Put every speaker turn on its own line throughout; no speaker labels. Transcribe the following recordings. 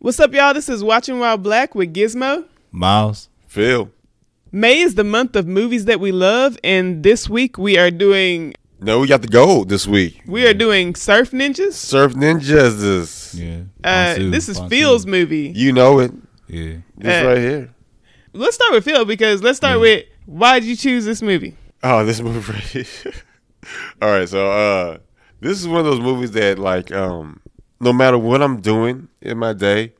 What's up, y'all? This is Watching While Black with Gizmo.
Miles.
Phil.
May is the month of movies that we love, and this week we are doing
No, we got the gold this week.
we are doing Surf Ninjas.
Surf Ninjas is
Yeah.
Uh,
Bonsu,
this is
Bonsu.
Phil's movie.
you know it.
Yeah.
This
Uh,
right here.
Let's start with Phil because let's start with why did you choose this movie?
Oh, this movie right here. All right, so uh this is one of those movies that like um no matter what I'm doing in my day,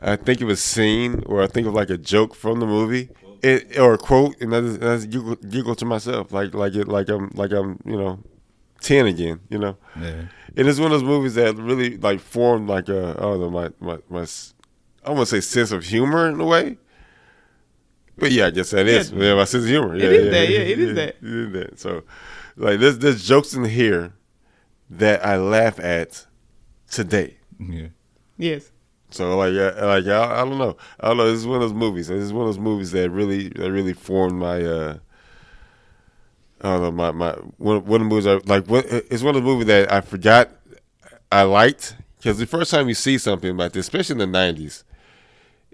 I think of a scene or I think of like a joke from the movie. It, or a quote and I just, I just giggle, giggle to myself like like it like I'm like I'm you know ten again you know
Yeah.
And it's one of those movies that really like formed like a I don't know my my my s- I want to say sense of humor in a way. But yeah, I guess that is yeah. my sense of humor. Yeah,
is that. Yeah, it is that.
It is that. So like there's there's jokes in here that I laugh at today.
Yeah.
Yes.
So like I, like I, I don't know I don't know. It's one of those movies. It's one of those movies that really that really formed my. uh I don't know my my one one of the movies I like. What it's one of the movies that I forgot I liked because the first time you see something like this, especially in the nineties,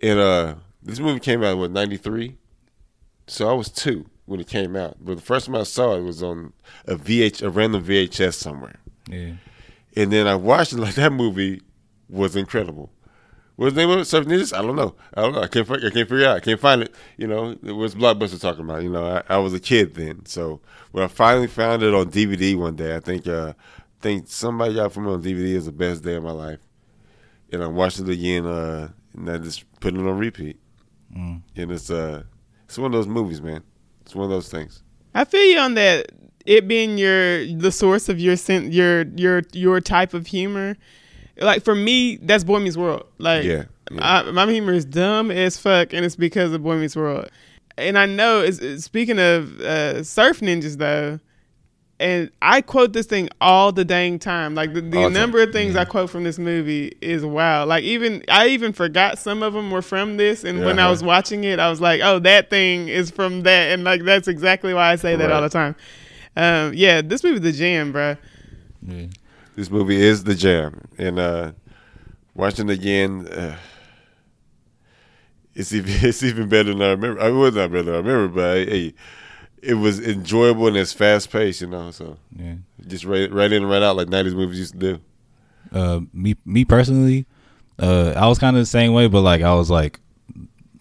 and uh this movie came out in, what ninety three, so I was two when it came out. But the first time I saw it was on a VH a random VHS somewhere.
Yeah.
And then I watched it like that movie was incredible. What's the name of it? Surf Ninjas? I don't know. I don't know. I can't. fi- I can't figure it out. I can't find it. You know, what's Blockbuster talking about? You know, I, I was a kid then, so when I finally found it on DVD one day, I think uh, I think somebody got it for me on DVD is the best day of my life, and I watched it again, uh, and I just put it on repeat. And it's uh, it's one of those movies, man. It's one of those things.
I feel you on that. It being your the source of your sen- your your your type of humor. Like for me, that's Boy Meets World. Like
Yeah, yeah.
I, my humor is dumb as fuck, and it's because of Boy Meets World. And I know. It's, it's- speaking of uh, surf ninjas, though, and I quote this thing all the dang time. Like the, the
All the
number of things I quote from this movie is wild. Like even I even forgot some of them were from this, and when I
Uh-huh.
was watching it, I was like, "Oh, that thing is from that," and like that's exactly why I say that all the
Right.
time. Um, yeah, this movie's the jam, bruh.
Yeah.
This movie is the jam, and uh, watching it again, uh, it's even it's even better than I remember. I mean, it was not better than I remember, but I, hey, it was enjoyable and it's fast paced, you know. So
Yeah.
just right right in and right out like '90s movies used to do.
Uh, me me personally, uh, I was kind of the same way, but like I was like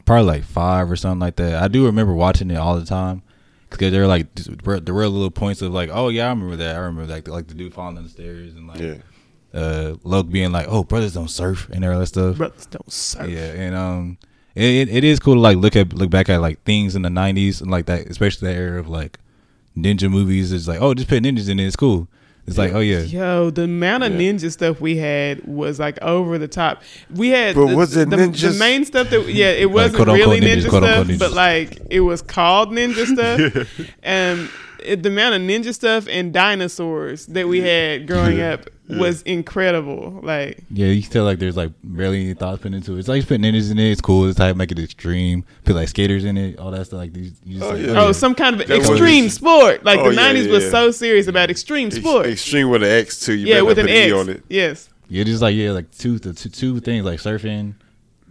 probably like five or something like that. I do remember watching it all the time because there were like just real- there were little points of like, oh yeah, I remember that. I remember like the, like the dude falling down the stairs and like
Yeah,
uh, Luke being like, oh brothers don't surf and all that stuff.
Brothers don't surf.
Yeah, and um, it, it it is cool to like look at look back at like things in the '90s and like that, especially that era of like ninja movies. It's like, oh, just put ninjas in it. It's cool. It's like, oh yeah,
Yo, the amount of
Yeah.
ninja stuff we had was like over the top. We had,
But
the,
was it
the,
ninjas?
the main stuff that yeah, it wasn't
quote, unquote,
really
ninjas,
ninja
quote, unquote,
stuff, but
ninjas.
like it was called ninja stuff. Um, it, the amount of ninja stuff and dinosaurs that we had growing up was incredible. Like
yeah. You can tell like there's like barely any thoughts put into it. It's like just put ninjas in it. It's cool. It's like make it extreme. Put like skaters in it. All that stuff. Like these. You just,
Oh,
like,
yeah.
oh, some kind of
That was-
extreme sport. Like
Oh,
the
yeah,
nineties
yeah,
was
yeah.
so serious about extreme
Ex-
sport.
extreme with an X too. You
yeah,
better
with
not
an
put
X.
E on it.
Yes.
yeah, just like yeah, like two the two, two things like surfing,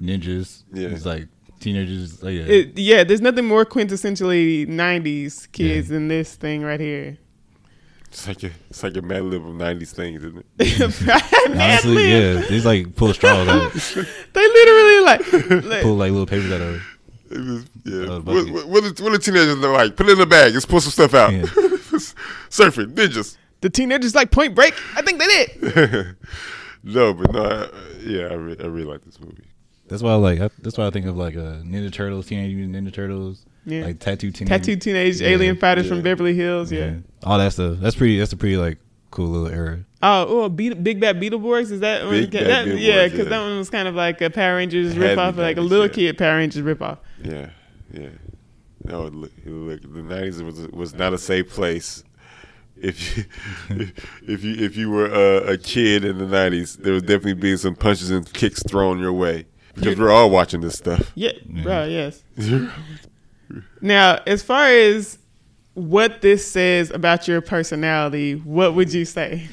ninjas.
Yeah.
it's like teenagers. Like, yeah.
It, yeah, there's nothing more quintessentially 90s kids than this thing right here.
It's like a it's like a Mad Lib of '90s things, isn't it?
Honestly,
Honestly,
yeah, these like pull straws, out,
They literally like, like-
pull like little papers out of it.
It was, yeah.
Uh,
what,
Bucky.
what, what, do- what do teenagers look like? Put it in a bag. Let's pull some stuff out.
Yeah.
Surfing ninjas.
the teenagers like Point Break. I think they did.
no, but no. I, yeah, I, re- I really like this movie.
That's why I like. I, that's why I think of like uh, Ninja Turtles, Teenage Mutant Ninja Turtles,
Yeah.
like tattoo teenage,
Tattooed teenage
Yeah,
alien fighters from
yeah.
Beverly Hills. Yeah.
all that stuff. That's pretty. That's a pretty like cool little era.
Oh, oh, Beat, Big Bad Beetleborgs. Is that, one?
Big Bad
that
Beetleborgs,
yeah? Because
yeah.
that one was kind of like a Power Rangers
Had
ripoff,
me
like a
babies,
little
yeah.
kid Power Rangers ripoff.
Yeah, yeah. No, look, look the nineties was was not a safe place. If you if you if you were a, a kid in the nineties, there would definitely be some punches and kicks thrown your way because we're all watching this stuff.
Yeah, bro. Yes. Now, as far as what this says about your personality, what would you say?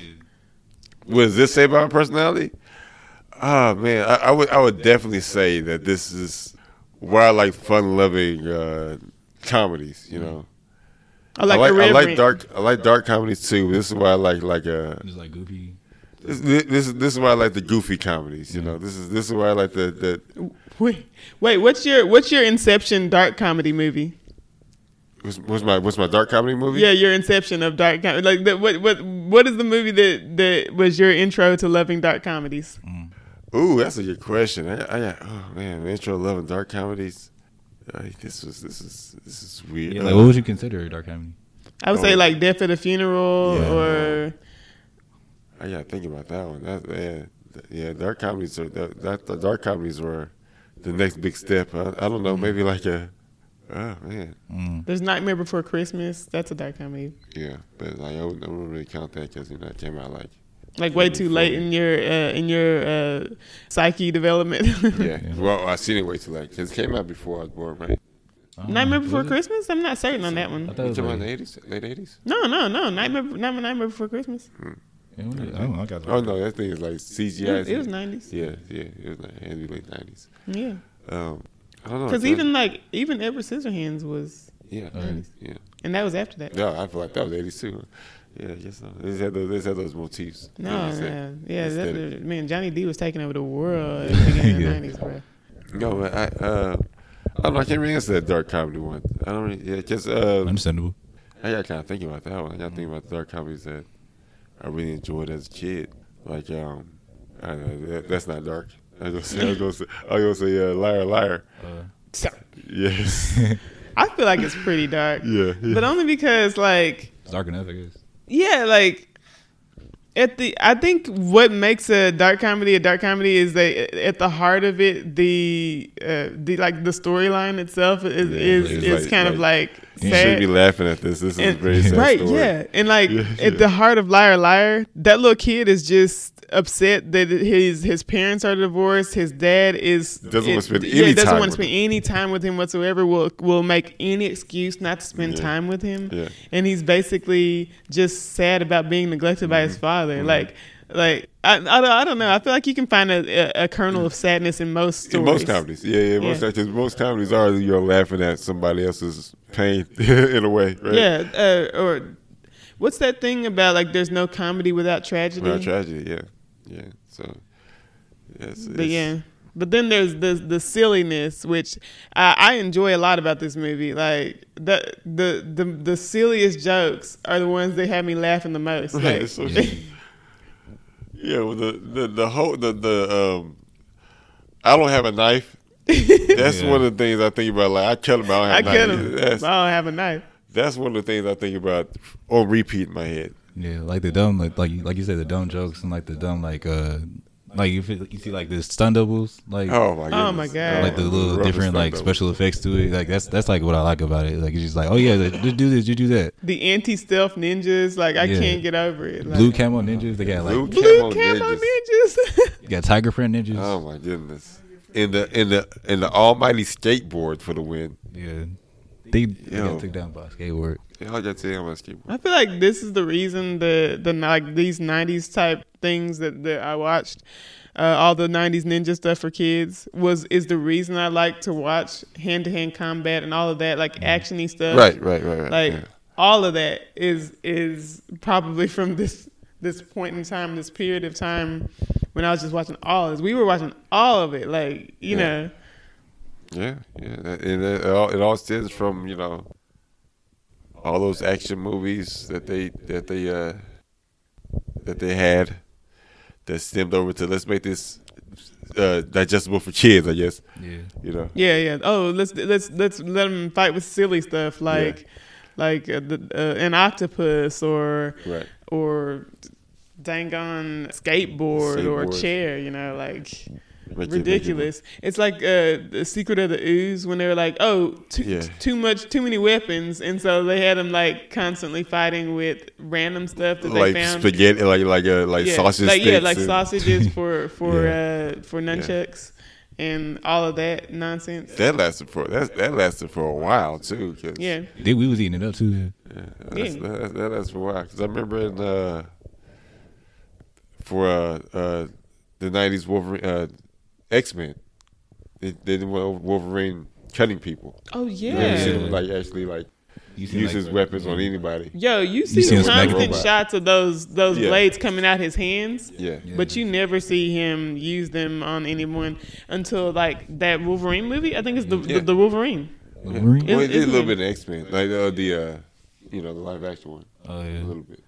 What does this say about my personality? Ah man, I, I would I would definitely say that this is where I like fun loving uh, comedies. You know,
I like,
I like, I like
irreverent.
dark I like dark comedies too. This is why I like like uh
It's like goofy.
this this, this is why I like the goofy comedies. You know, this is this is why I like the the
Wait, wait, what's your what's your Inception dark comedy movie?
what's, what's my what's my dark comedy movie?
Yeah, your Inception of dark comedy. Like, the, what what what is the movie that that was your intro to loving dark comedies?
Ooh, that's a good question. I, I got, oh man, intro loving dark comedies. Like, this was this is this is weird.
Yeah, like what would you consider a dark comedy?
I would say
Oh.
like Death at a Funeral
Yeah.
or
I gotta think about that one. That yeah, th- yeah. Dark comedies are that, that the dark comedies were the next big step. I, I don't know,
Mm-hmm.
maybe like a oh man,
Mm.
There's Nightmare Before Christmas. That's a dark comedy.
yeah. But like I wouldn't, I wouldn't really count that because you know it came out like
Like way too late in your uh, in your uh, psyche development.
yeah.
Yeah.
Well, I seen it way too late because it came out before I was born, right?
Oh,
Nightmare Before
was it?
Christmas? I'm not certain on that
I
one.
thought it
It
was
came out in
like,
the eighties, late eighties.
No, no, no. Nightmare, Nightmare, Nightmare Before Christmas.
yeah, what is it? I don't know. I got
Oh no, that thing is like
It
CGI.
was, it was 90s.
Yeah, yeah. It was like it had to be late nineties.
Yeah.
Um, I don't know.
Because
that-
even Oh, like even Edward Scissorhands was,
yeah,
Uh,
yeah.
and that was after that.
No, I feel like that was eighty two. Yeah, I guess so. They just had those, they just had those motifs.
No,
That's it.
no. yeah, that,
Aesthetic.
man, Johnny D was taking over the world in the beginning
Yeah.
of the 90s, bro.
No, but I uh, I don't know. I can't really answer that dark comedy one. I don't. Really, yeah, just uh,
Understandable.
I got kind of thinking about that one. I got to think about the dark comedies that I really enjoyed as a kid. Like um, I don't know, that, that's not dark. I was gonna say, I was gonna say, I was gonna say uh, liar, liar.
uh,
So,
Yes.
I feel like it's pretty dark.
yeah. yeah.
But only because like
It's dark enough, I guess.
yeah, like at the I think what makes a dark comedy a dark comedy is that at the heart of it the uh, the like the storyline itself is
Yeah,
is,
it's
is
like-
kind of like
you should
sad.
be laughing at this. This is
And-
a very sad
right,
story.
yeah, and like
Yeah,
at
yeah.
the heart of Liar Liar, that little kid is just upset that his his parents are divorced. His dad is
Doesn't wanna spend
yeah,
any
doesn't
time
wanna
with
spend any time with him whatsoever. Will will make any excuse not to spend
Yeah.
time with him.
Yeah.
and he's basically just sad about being neglected by
Mm-hmm.
his father. Like. Like I, I, don't- I don't know. I feel like you can find a, a, a kernel of sadness in most stories.
In most comedies, yeah, yeah, most
Yeah.
because most comedies are you're laughing at somebody else's pain in a way, right?
Yeah, uh, or what's that thing about like there's no comedy without tragedy?
Without tragedy, yeah, yeah. So, yes,
But yeah. But then there's the the silliness, which I, I enjoy a lot about this movie. Like the the the the silliest jokes are the ones that have me laughing the most.
Right,
Like,
it's so true. yeah. Well, the the the whole the the um, I don't have a knife. That's
Yeah.
one of the things I think about. Like I tell him I
I
don't
get
have a
them.
knife.
I don't
That's,
have a knife.
that's one of the things I think about on repeat in my head.
Yeah, like the dumb, like like you, like you said, the dumb jokes and like the dumb, like uh, like you feel, you see like the stun doubles, like
Oh my god!
Oh, my God.
like the little different like special effects to it. Like that's that's like what I like about it. Like it's just like, oh yeah, like, just do this, you do that.
The anti-stealth ninjas, like I
Yeah.
can't get over it. Like,
Blue camo ninjas, they got
Blue
like
blue
camo
camo
ninjas.
ninjas.
you got tiger print ninjas.
Oh my goodness! In the in the in the almighty skateboard for the win.
Yeah, they, they
Yo.
got took down by a skateboard.
Yeah, I got to tell you, I'm a skateboard.
I feel like this is the reason the the like these '90s type things that, that I watched, uh, all the '90s ninja stuff for kids was is the reason I like to watch hand to hand combat and all of that like actiony stuff.
Mm-hmm. Right, right, right, right.
Like
yeah.
all of that is is probably from this this point in time, this period of time when I was just watching all of this. We were watching all of it, like you
Yeah.
know.
Yeah, yeah. That, and it, it all it all stems from you know all those action movies that they that they uh that they had that stemmed over to let's make this uh digestible for kids. I guess
Yeah,
you know.
Yeah, yeah. Oh, let's let's let's let them fight with silly stuff like like uh, the, uh, an octopus or
Right.
or dangon skateboard or
Skateboard.
chair. You know, like
Make it- make it-
ridiculous. It's like uh, the Secret of the Ooze when they were like, oh, too,
Yeah.
too much, too many weapons, and so they had them like constantly fighting with random stuff that
Like
they found.
spaghetti, like like uh, like
yeah,
sausage
like,
sticks.
yeah, like
and-
sausages for for uh, for
Yeah.
nunchucks and all of that nonsense.
That lasted for that that lasted for a while too. 'cause-
yeah.
they, we was eating it up too.
That's,
Yeah.
that, that, that's for a while. Because I remember in, uh, for uh, uh, the '90s Wolverine uh, X Men. They, they didn't want Wolverine cutting people.
Oh yeah.
You never seen him, like actually like
You
use his weapons on anybody.
Yo, you see
seen
the
his back-
constant
Robot.
shots of those those
Yeah.
blades coming out his hands.
Yeah.
But you never see him use them on anyone until like that Wolverine movie. I think it's the
Yeah.
the, the Wolverine.
Wolverine?
Well, he
It's-
did a
it's
little
like-
bit of X Men, like uh, the uh, you know the live action one,
Oh yeah.
a little bit.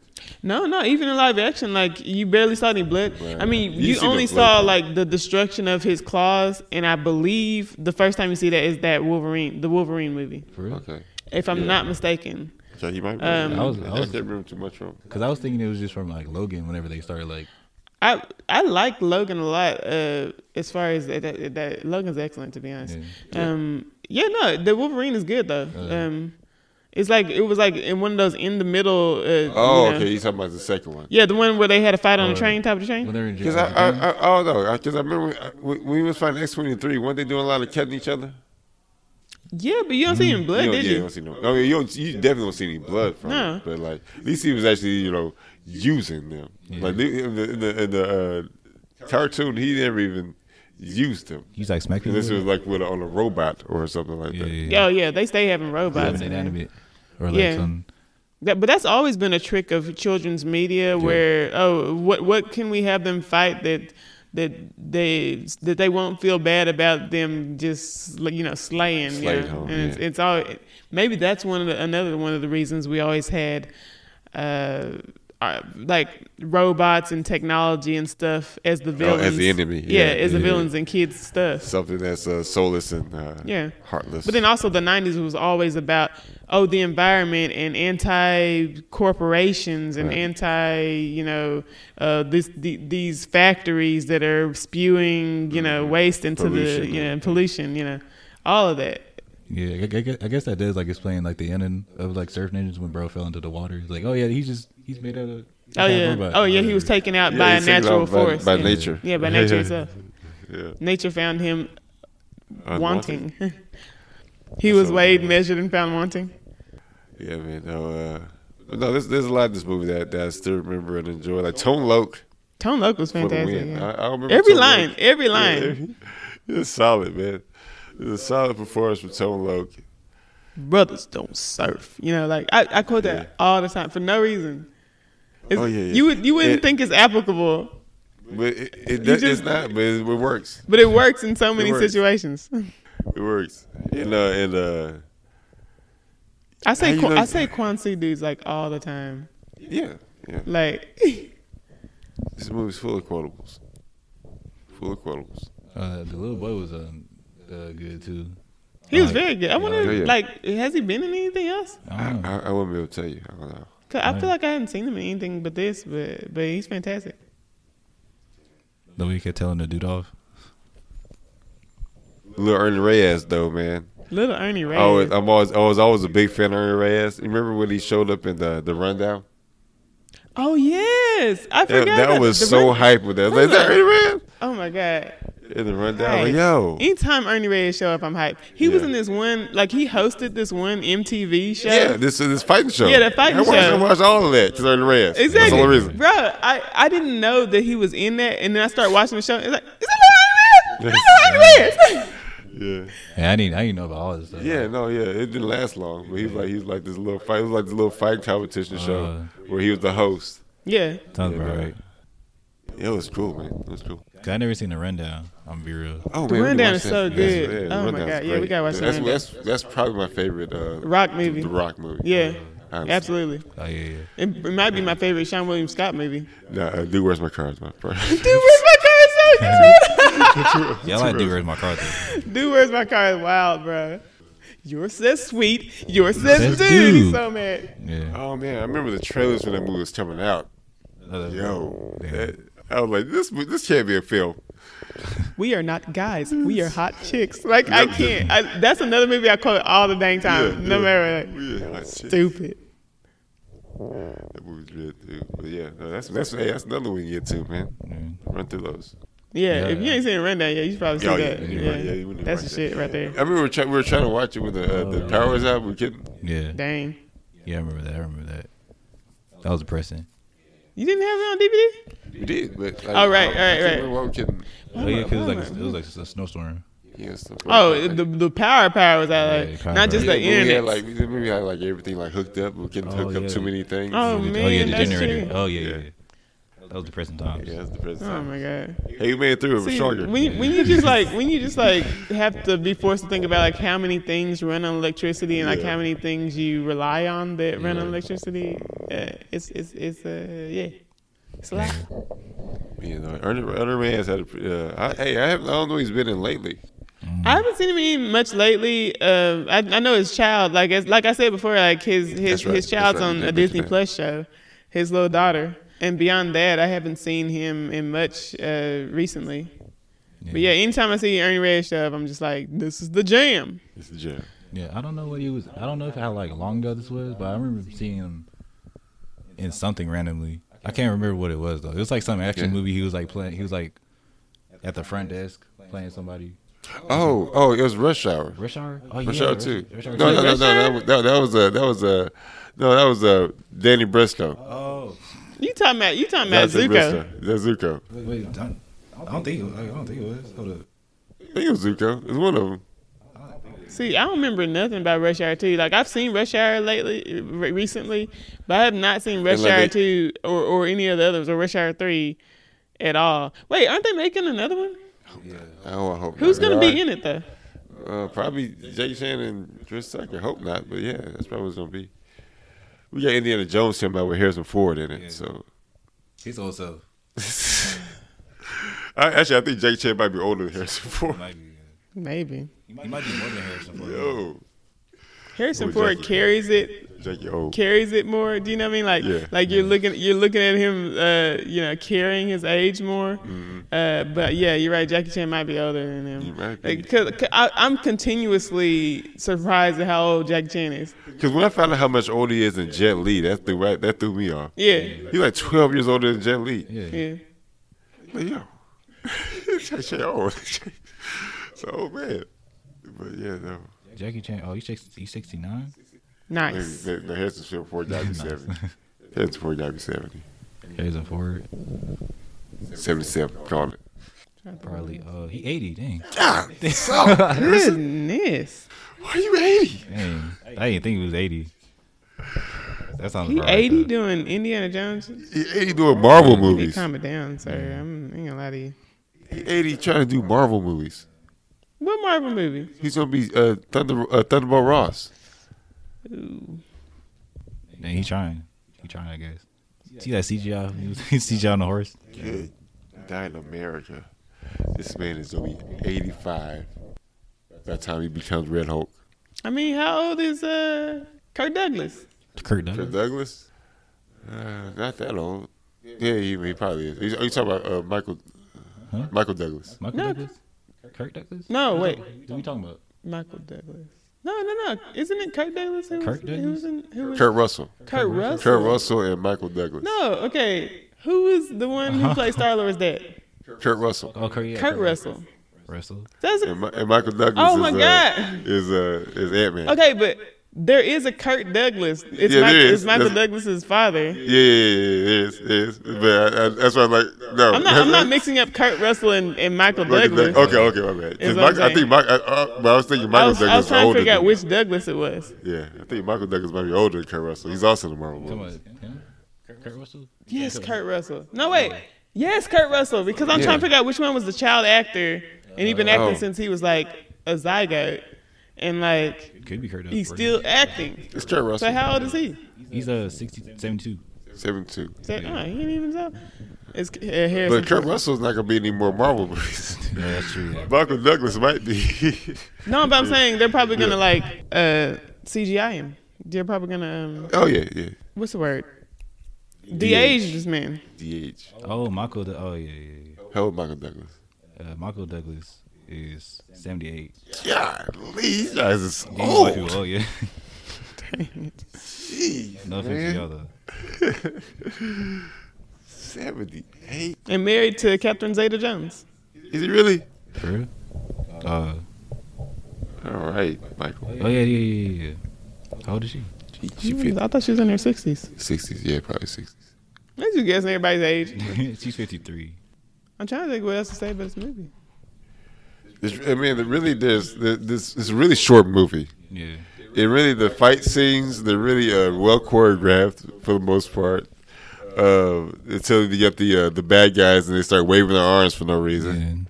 No, no, even in live action, like you barely saw any blood.
Right.
I mean,
You
you,
see the
only
blood.
saw like the destruction of his claws, and I believe the first time you see that is that Wolverine, the Wolverine movie,
For real?
Okay,
if I'm
Yeah.
not mistaken.
so he might. Be
Um,
I was- I
I,
was-
can't remember too much from.
Because I was thinking it was just from like Logan. Whenever they started like,
I I like Logan a lot. Uh, as far as that, that, that Logan's excellent, to be honest.
Yeah.
Yeah. Um, yeah, no, the Wolverine is good though.
Oh,
Yeah.
Um, it's like it was like in one of those in the middle. Uh,
Oh,
you know-
okay, Oh, you talking about the second one?
Yeah, the one where they had a fight on the
Uh,
train, top of the train.
whenever in
Because I, I, I, I don't know. Because I remember uh, when when we was fighting X twenty three. Weren't they doing a lot of cutting each other?
Yeah, but you don't see him blood,
you don't,
did
yeah,
you?
you don't see no. I mean, you, don't, you definitely don't see any blood from
No.
it. But like, at least he was actually, you know, using them. Like the- in the in the, in the uh, cartoon, he never even used them.
he's like smack people.
This was like with a, on a robot or something like
yeah,
that.
yeah,
Yeah, Oh yeah, they stay having
yeah.
robots.
An
in there.
inanimate or like
Yeah.
some.
That, but that's always been a trick of children's media, where oh, what what can we have them fight that that they that they won't feel bad about them just like, you know slaying, you
Slayed
know?
home,
and it's,
yeah.
it's all maybe that's one of the, another one of the reasons we always had uh, uh, like robots and technology and stuff as the
Oh,
villains
as the enemy,
yeah,
yeah,
as the
yeah.
villains and kids stuff
Something that's uh, soulless and uh,
Yeah.
heartless.
But then also the '90s was always about oh the environment and anti corporations and
Right.
anti you know uh, this the, these factories that are spewing you know waste into the
Mm-hmm. Pollution,
you know
yeah.
and pollution you know all of that.
Yeah, I gu- I guess, I guess that does like explain like the ending of like Surf Ninjas when bro fell into the water. He's like, oh yeah, he's just he's made out of.
Oh yeah, oh yeah, he was taken out by a
he's taken
natural
out by-
force
by
yeah.
nature.
Yeah, by nature
Yeah.
itself.
yeah.
Nature found him
Unwanted.
wanting. he
That's
was
so
weighed,
cool.
measured, and found wanting.
Yeah, man. No, uh, no. There's there's a lot in this movie that, that I still remember and enjoy. Like Tone Loc
Tone Loc was
for the
fantastic.
win.
yeah.
I, I remember
Every
Tone Loc.
line, every line.
Yeah, it's solid, man. It's a solid performance from Tone Loc.
brothers don't surf. You know, like I, I quote
Yeah.
that all the time for no reason. It's-
Oh, yeah, yeah.
You would you wouldn't
It-
think it's applicable,
But it, it,
You
does-
just-
it's not, but it, it works.
but it works in so many
works.
situations.
It works. And uh, and uh,
I say
How you
Quan-
know-
I say Quan Si dudes like all the time.
yeah, yeah.
Like
This movie's full of quotables. Full of quotables.
Uh, the little boy was um, uh, good too.
he was
Like,
very good. I wonder
yeah.
like has he been in anything else?
I
I,
don't know.
I, I wouldn't be able to tell you. I don't know.
'Cause I
Right.
feel like I haven't seen him in anything but this, but but he's fantastic.
The way he kept telling the dude off.
Lil Ernie Reyes though, man.
Little Ernie Ray.
Oh, I'm always I was always a big fan of Ernie Reyes. You remember when he showed up in the the rundown?
oh yes, I
That,
forgot
that was
the
so
run-
hype with that. I was like, is that Ernie Reyes?
Oh my god.
In the rundown,
Hey,
like, yo,
Anytime Ernie Reyes show up, I'm hyped. He was
Yeah.
in this one, like he hosted this one MTV show.
yeah, this this fighting show.
Yeah, the fighting
I watched,
show.
I watched all of that because Ernie Reyes. That's the
Exactly,
only reason.
bro. I, I didn't know that he was in that, and then I started watching the show. It's like, is that Ernie Reyes? Is that Ernie Reyes?
Yeah.
Yeah, I didn't I didn't know about all this stuff.
Yeah, no, yeah, it didn't last long. But he was like, he was like this little fight. It was like this little fight competition show where he was the host.
yeah,
sounds
Yeah,
about
bro.
right.
Yeah, it was cool, man. It was cool.
'Cause I never seen the rundown. I'm gonna be real.
Oh,
The
we
Rundown is
watched that-
so
that's-
good.
yeah, The
Oh, my
Rundown's
God. Yeah, we
great.
gotta watch The
that's,
Rundown.
that's that's probably my favorite uh,
rock
the-
movie.
The rock movie. Uh,
Yeah,
Honestly.
absolutely.
Oh yeah, yeah.
It, it might be my favorite Sean William Scott movie.
Nah, uh, dude, where's my car? is My favorite.
Dude, where's my car? Is so
Yeah, I like Dude Where's My Car. though.
good. Dude, where's my car? Is wild, bro. Yours says sweet. Yours says
Says
dude. He's
dude.
so mad.
Yeah.
Oh man, I remember the trailers when that movie was coming out. Yo,
Yeah.
that- I was like, this mo- this can't be a film.
We are not guys. We are hot chicks. Like I can't. I, that's another movie I quote all the dang time.
Yeah,
no
yeah.
matter. Like,
Yeah, hot shit.
stupid.
That movie's good too. But yeah, no, that's that's hey, that's another one you get to, man.
Mm.
Run through those.
Yeah,
Yeah,
if you
yeah.
ain't seen Rundown yet, you should probably see
Oh, yeah,
that.
yeah,
Yeah,
yeah, yeah, you wouldn't
that's the
watch
shit right there. Oh,
I remember we were, try- we were trying to watch it with the uh, the power was out. We couldn't.
Yeah.
Dang.
Yeah, I remember that. I remember that. That was depressing.
You didn't have it on DVD?
We did, but like,
All Oh, right,
I- I
all right,
can't
right.
remember why we couldn't-
Oh, yeah, because like it was like a snowstorm.
yeah, stuff like
Oh,
that.
the the power power was out,
Yeah,
like
kinda.
not just
Yeah,
the
but We
internet.
had, like we did- we had like everything like hooked up. We couldn't
Oh,
hook up
yeah.
too many things.
Oh,
oh yeah,
man,
the
that's
generator.
true.
Oh yeah, yeah,
Yeah.
yeah. That was depressing times.
yeah, that's the present
oh
time.
my god.
Hey, we made it through. It was
See,
stronger.
when, when you just like when you just like have to be forced to think about like how many things run on electricity and like
Yeah.
how many things you rely on that run on
Yeah.
electricity, uh, it's it's it's uh yeah, it's a lot.
Mm. you know, Ernie, Ernie Reyes had a. pre- Uh, I, hey, I, haven't, I don't know who he's been in lately.
I haven't seen him eat much lately. Uh, I, I know his child, like as, like I said before, like his his,
That's right.
his child's
That's right.
on
They
a
mentioned
Disney
that.
Plus show, his little daughter. And beyond that, I haven't seen him in much uh, recently. But yeah, anytime I see Ernie Red stuff, I'm just like, this is the jam.
It's the gym.
Yeah, I don't know what he was. I don't know if how like long ago this was, but I remember seeing him in something randomly. I can't remember what it was though. It was like some action
Yeah.
movie. He was like playing. He was like at the front desk playing somebody.
Oh, oh, it was Rush Hour.
Rush Hour. Oh,
Rush
yeah,
Hour Two.
Rush
No,
Hour
no, no, no.
Rush
That was that, that was a that was a no. That was a Danny Briscoe.
Oh,
You talking about you talking about
That's
Zuko?
a Briscoe. That's Zuko.
wait, wait. I don't, I don't think. It was, I don't think it was. Hold up.
I think it was Zuko. It's one of them.
See, I don't remember nothing about Rush Hour Two. Like I've seen Rush Hour lately, re- recently, but I have not seen Rush
And, like,
Hour
they-
Two or, or any of the others or Rush Hour Three at all. Wait, aren't they making another one?
Oh, I hope.
Who's
not.
gonna be in it though?
Uh, probably Jay Chan and Chris Tucker. Hope not, but yeah, that's probably what's gonna be. We got Indiana Jones coming out with Harrison Ford in it,
Yeah.
so.
He's old self.
I, actually, I think Jay Chan might be older than Harrison Ford.
Might be.
Maybe
He might, be more than Harrison Ford.
Yo,
Harrison
Who,
Ford
Jackie?
carries it
Jackie old.
carries it more. Do you know what I mean? Like
Yeah. Mm-hmm.
like you're looking you're looking at him, uh, you know, carrying his age more.
Mm-hmm.
Uh, but yeah, you're right. Jackie Chan might be older than him.
He might be.
Because I'm continuously surprised at how old Jackie Chan is.
Because when I found out how much older he is than Jet Li, that threw right, that threw me off.
Yeah,
He's like 12 years older than Jet Li.
Yeah.
yeah.
Like, yo, Jay Chan old. oh, so old man. But yeah, no.
Jackie Chan. Oh, he's six- he's sixty nine.
Nice.
The, the Harrison Ford got to be 70. Harrison Ford got to be 70.
Harrison Ford.
77, calling it.
Probably. Uh, he eighty. Dang.
God, so,
Goodness.
why you 80?
Dang. I didn't think he was eighty. That sounds.
He
about right,
eighty
though.
doing Indiana Jones.
He 80 doing Marvel
Hey,
movies.
calm it down, sir.
Mm-hmm.
I'm I ain't gonna lie to you.
He 80 trying to do Marvel movies.
What Marvel movie?
He's gonna be uh, Thunder uh, Thunderbolt Ross.
Ooh.
Dang, he trying. He trying, I guess. See that CGI? He was CGI on the horse.
Kid died in America. This man is gonna be 85 by the time he becomes Red Hulk.
I mean, how old is uh Kirk Douglas?
Kirk
For
Douglas.
Douglas, uh, not that old. Yeah, he, he probably is. He's, are you talking about uh, Michael
Huh?
Michael Douglas?
Michael
No.
Douglas. Kirk Douglas.
No,
Who
wait.
we- Who we talking about?
Michael Douglas. No, no, no. Isn't it Kirk Douglas? Who
Kirk
was, Who was in, who was,
Kurt Russell.
Kurt Russell.
Kurt Russell and Michael Douglas.
No, okay. Who was the one who played Star Lord's dad?
Kurt Russell
Oh, Kirk. Yeah,
Uh-huh. Kurt Russell.
Russell.
That's
and, Mi- and Michael Douglas.
Oh, my
is, Uh,
God.
is uh, is Ant Man.
okay, but there is a Kirk Douglas. It's, Michael,
Yeah, there is.
it's Michael
That's-
Douglas's father.
Yeah, yeah, yeah, yeah, it is, it is. But I, I, that's why I'm like, no.
I'm not. I'm not mixing up Kurt Russell and, and Michael Douglas.
Okay, okay, my bad. 'Cause
Is what
Mike-
I'm
I think Mike, I, uh, but I was thinking
I
Michael
was,
Douglas
I was trying to
older
figure out
than-
which Douglas it was.
Yeah, I think Michael Douglas might be older than Kurt Russell. He's also in the Marvel
Come
movies.
on. him? Kurt Russell.
Yes, Kurt Russell. No, wait. Yes, Kurt Russell. Because I'm trying to figure out which one was the child actor, and he's been acting
Oh.
since he was like a zygote, and like
Could be Kurt Douglas.
he's still acting.
It's Kurt
So
Russell.
how old is he?
He's uh 60, 72.
Seventy-two.
So, oh, he ain't even so. It's uh, Harrison.
But Kurt Russell's not gonna be in any more Marvel movies.
Yeah, that's true. Yeah.
Michael Douglas might be.
no, but I'm saying they're probably gonna like uh, CGI him. They're probably gonna um,
oh yeah, yeah.
what's the word?
De-age.
De-age this man.
DH.
Oh, Michael. Dou- Oh, yeah, yeah.
How old Michael Douglas?
yeah. Uh, Michael Douglas is seventy eight.
God, these guys is
Oh,
old.
oh yeah.
Dang it.
Jeez,
no offense to y'all
man.
though.
Seventy-eight.
And married to Catherine Zeta-Jones.
Is he really?
For real? Uh,
All right, Michael.
oh yeah, yeah, yeah, yeah, yeah. How old is she?
She, she
I thought she was in her 60s.
Sixties, yeah, probably sixties.
That's you guessing everybody's age.
She's fifty three.
I'm trying to think what else to say about this movie.
It's, I mean, it really there's this. It's a really short movie.
Yeah.
It really the fight scenes they're really uh, well choreographed for the most part. Uh, until you get the uh, the bad guys and they start waving their arms for no reason.
And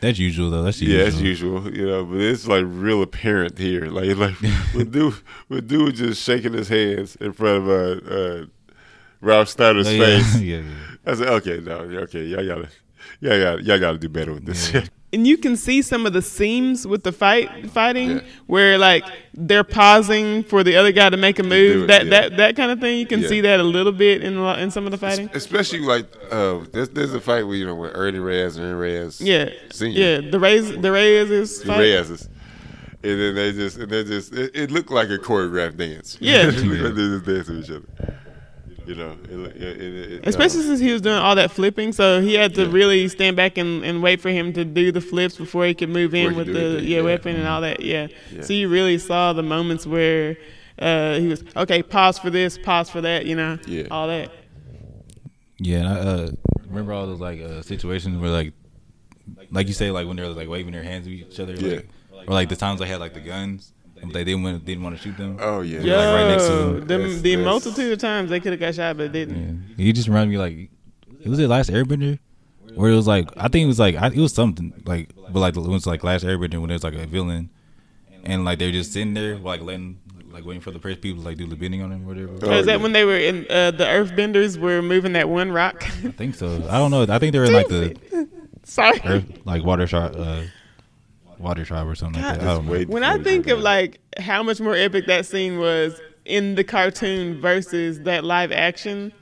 that's usual though. That's usual.
Yeah, that's usual, you know. But it's like real apparent here. Like like with dude with dude just shaking his hands in front of uh, uh, Ralph Snyder's
Oh, yeah.
face.
yeah, yeah.
I said, okay, no, okay, y'all gotta, y'all gotta, y'all gotta do better with this.
and you can see some of the seams with the fight fighting
Yeah.
where like they're pausing for the other guy to make a
do
move
it,
that
yeah.
that that kind of thing you can
Yeah.
see that a little bit in a lot- in some of the fighting
Especially like, uh, there's, there's a fight where you know with Ernie Reyes and Ernie Reyes,
yeah
Senior.
yeah the Reyes the Reyes is
the
fight.
Reyes's, and then they just, and they just, it, it looked like a choreographed dance.
Yeah.
they just dancing with each other. You know, it, look- it, it, it,
especially since he was doing all that flipping so he had to really stand back and, and wait for him to do the flips before he could move in
Before he
with
could
the
do anything,
yeah,
yeah. Mm-hmm.
weapon and all that yeah.
Yeah.
so you really saw the moments where uh, he was okay pause for this pause for that you know
Yeah.
all that
Yeah, and I uh, remember all those like uh, situations where like, like you say, like when they're like waving their hands at each other,
Yeah.
like, or like the times they had like the guns, but they didn't want didn't want to shoot them.
Oh yeah,
Yo,
like, right next to them.
the,
That's-
the
that's-
multitude of times they could have got shot, but didn't.
Yeah. You just reminded me like, it was it last Airbender, where it was like I think it was like I, it was something like, but like it was like last Airbender when there's like a villain, and like they're just sitting there like letting like waiting for the press people to, like do the bidding on them or whatever.
Oh,
Or is that
yeah.
when they were in uh, the Earthbenders were moving that one rock?
I think so. I don't know. I think they're in like the
Sorry.
earth, like water tribe, uh, water tribe or something like that. I
That's
don't know.
way
When I
way
think
too
of
bad.
like how much more epic that scene was in the cartoon versus that live action,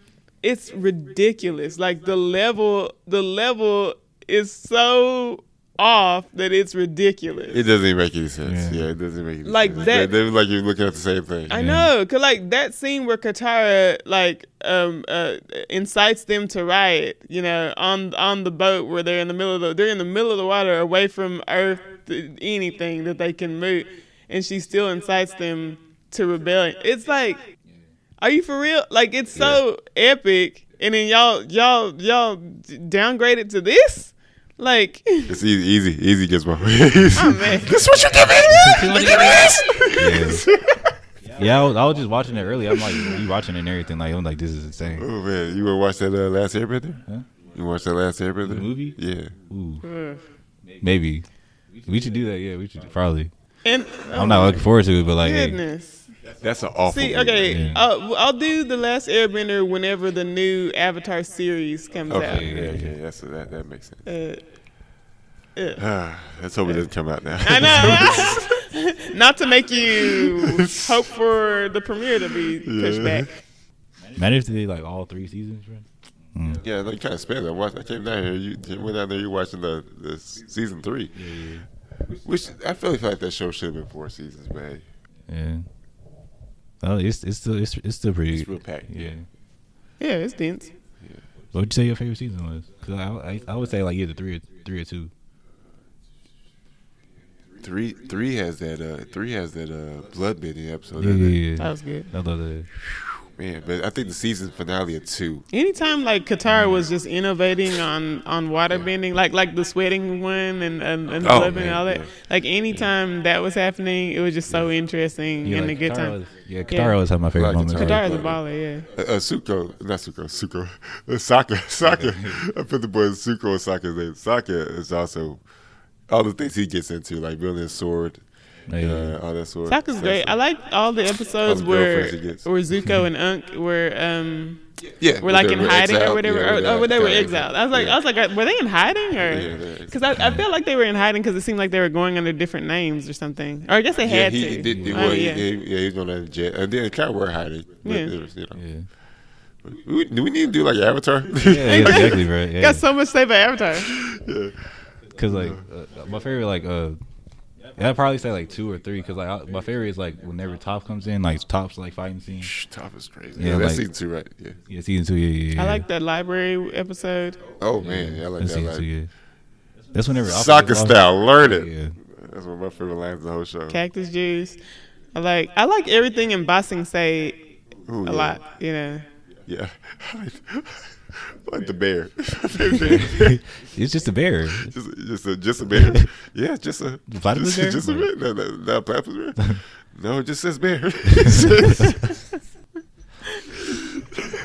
it's ridiculous. Like the level, the level is so off that it's ridiculous.
It doesn't even make any sense.
Yeah.
Yeah, it doesn't make any
Like
sense.
that-
They, they like you're looking at the same thing.
I know, cause like that scene where Katara like um uh incites them to riot, you know, on on the boat where they're in the middle of the they're in the middle of the water, away from Earth, th- anything that they can move, and she still incites them to rebellion. It's like, are you for real? Like it's so epic, and then y'all y'all y'all downgrade it to this, like.
It's easy, easy, easy gets my face.
Oh, man.
This what you give me? You give me this?
Yeah, I was, I was just watching it earlier. I'm like, you watching it and everything. Like, I'm like, this is insane.
Oh man, you wanna watch that uh, Last Airbender?
Huh?
You watch that Last Airbender
The movie?
Yeah.
Ooh,
Ugh.
maybe we should do that. Yeah, we should probably.
And oh,
I'm not looking forward to it, but like, hey,
goodness.
That's an awful.
See,
movie.
okay,
Yeah.
uh, w- I'll do the Last Airbender whenever the new Avatar series comes
Okay, yeah,
Yeah,
yeah,
yeah.
That's that. That makes sense.
out. Uh, uh,
Ah, let's hope it doesn't come out now.
I know. Not to make you hope for the premiere to be pushed
Yeah.
back.
imagine if they did, like all three seasons. Bro.
yeah, like kind of spare that. Watch, I came down here. You you went down there. You watching the, the s- season three, which I feel like that show should have been four seasons, but hey,
Yeah. Oh, it's it's still it's, it's still pretty.
it's real packed.
yeah.
Yeah, it's dense.
What would you say your favorite season was? Cause I, I I would say like either three or three or two.
Three three has that uh three has that uh blood bending episode.
Yeah,
doesn't it?
yeah,
That
yeah.
was good.
I love that.
Man, but I think the season finale of two.
Anytime like Katara was just innovating on on waterbending, like like the sweating one and and, and the
Oh,
blood bending and
man,
all that,
yeah.
like anytime that was happening, it was just so interesting
Yeah,
and
like
a good
Katara
time.
Was, yeah, Katara
Yeah.
always had my favorite
Like
moments.
Katara.
bro.
Katara's a baller, yeah.
Uh, uh, Suko, not Suko, Suko, uh, Saka, Saka. I put the boys Suko and Saka's name. Saka is also all the things he gets into, like building his sword,
Yeah.
uh, all that sort.
Sokka's great. I like all the episodes
All the
where
girlfriends he gets.
where Zuko and Unk were um
yeah,
were like
they
in
were
hiding or
exiled.
whatever,
Yeah,
or, or when they were
kinda
exiled. I was like,
Yeah.
I was like, uh, were they in hiding
Yeah,
or?
they're
Because I, I felt like they were in hiding because it seemed like they were going under different names or something. Or I guess they
yeah,
had
he,
to.
he did. He,
I
well,
mean,
he-
yeah.
he, yeah, he was on that jet, and then kind of were hiding. but
Yeah.
there was, you know.
Yeah.
we, do we need to do like Avatar?
Yeah, exactly, bro. Yeah.
Got so much to say about Avatar.
Cause like uh, my favorite, like uh, I'd probably say like two or three. Cause like I, my favorite is like whenever Top comes in, like Top's like fighting scene.
Shh, Top is crazy.
Yeah,
Yeah, that's
like-
season two, right? Yeah.
Yeah, season two. Yeah, yeah. yeah.
I like that library episode.
Oh man, yeah, I like
That's
that.
season two.
Like,
Yeah. That's whenever Alpha
Saka
goes off.
style, learn it.
Yeah.
That's one of my favorite lines of the whole show.
Cactus juice. I like I like everything in Bossing Say a
Ooh, yeah.
lot. You know.
Yeah, like the bear.
it's just a bear.
just, just a just a bear. Yeah, just a
Platypus
just,
bear?
Just a bear. No, no, not a platypus bear. No, it just says bear.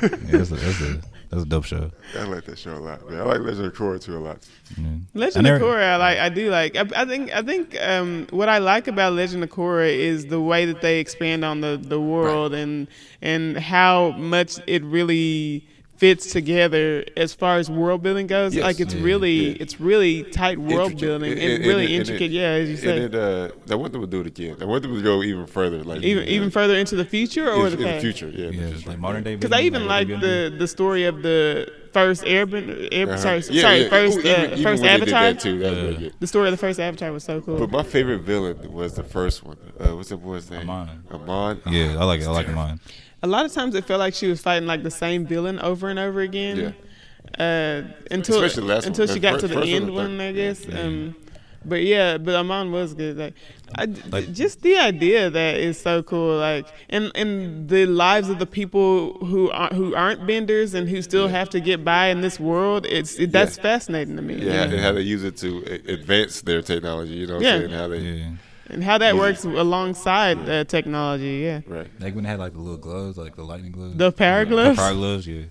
Yeah, that's, a, that's, a, that's a dope show.
I like that show a lot. Man. I like Legend of Korra too a lot.
I
Legend of
never-
Korra, I like I do like. I, I think I think um, what I like about Legend of Korra is the way that they expand on the, the world and and how much it really fits together as far as world building goes.
Yes.
Like it's
Yeah.
really
Yeah.
it's really tight world
Intricate.
building
It-
and,
it-
really
it- it-
intricate. yeah, as you said,
And it, uh, I want them to do it again. I want them to go even further, like
even
uh,
even further into the future or
in,
the
in the
past.
future. Yeah, in the
Yeah,
future.
like modern day.
Because I even like the the story of the first Airbender. Air,
Uh-huh.
Sorry,
Yeah,
sorry,
yeah.
first
Ooh,
uh,
even- even
first
when they did
Avatar.
that too. That was really good.
The story of the first Avatar was so cool.
But my favorite villain was the first one. Uh, what's that boy's name?
Amon.
Amon.
Yeah, I like it. I like mine.
a lot of times it felt like she was fighting like the same villain over and over again.
Yeah.
Uh, until
Especially the last one.
until she
The
got
fir-
to the
first one
end
and
one, I
third.
guess. Um, but yeah, but Amon was good. Like, I,
Like-
just the idea that is so cool. Like, and and the lives of the people who are, who aren't benders and who still have to get by in this world. It's it, that's fascinating to me.
Yeah, and how they use it to a- advance their technology. You know what
Yeah.
I'm saying? How they
Yeah,
and how that works alongside uh, technology. Yeah,
right.
like when they had like the little gloves, like the lightning gloves,
the power
the
gloves.
power gloves. Yeah,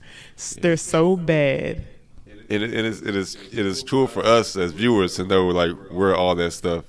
They're so bad.
It, it is it is it is true for us as viewers to know like where all that stuff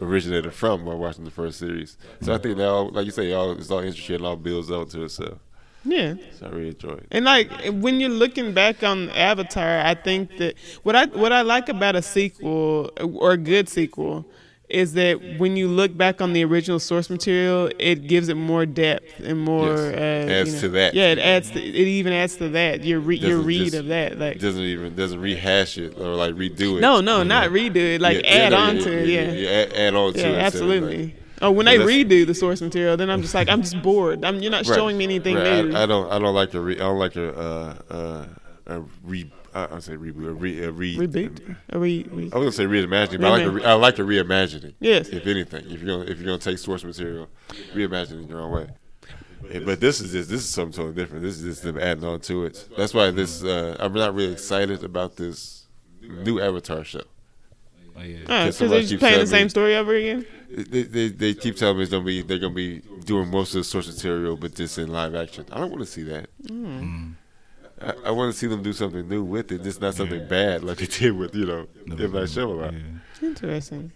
originated from while watching the first series. So I think now, like you say, all it's all intricate and all builds up to itself.
Yeah.
So I really enjoy it.
And like when you're looking back on Avatar, I think that what I what I like about a sequel or a good sequel is that when you look back on the original source material, it gives it more depth and more
Yes.
uh,
Adds
you know-
to that.
Yeah, it adds. To, it even adds to that your re, your
Doesn't
read
just-
of that. Like
It doesn't even doesn't rehash it or like redo it.
no, no, not redo it. Like
Yeah, yeah,
add
no,
on
yeah,
to it. Yeah, yeah,
yeah, add, add on to it. instead of, like-
absolutely. Oh, when they
Well, that's-
redo the source material, then I'm just like, I'm just bored. I'm, you're not
Right.
showing me anything
Right.
new.
I, I don't. I don't like a. Re, I don't like a. Uh, uh, a re. I, I say reboot. A re. A re
Reboot? Or re, re-
I was gonna say reimagining, but I like, a re, I like a reimagining.
Yes.
If anything, if you're gonna if you're gonna take source material, reimagine it in your own way. Yeah, But this is just this is something totally different. This is just them adding on to it. That's why this uh, I'm not really excited about this new Avatar show.
oh, yeah.
Because they're
somebody
just playing the
keeps telling me-
same story over again.
They, they, they keep telling me it's gonna be they're gonna be doing most of the source material, but this in live action. I don't want to see that. I, I want to see them do something new with it, just not something bad like they did with you know if I show a lot.
Yeah.
Interesting.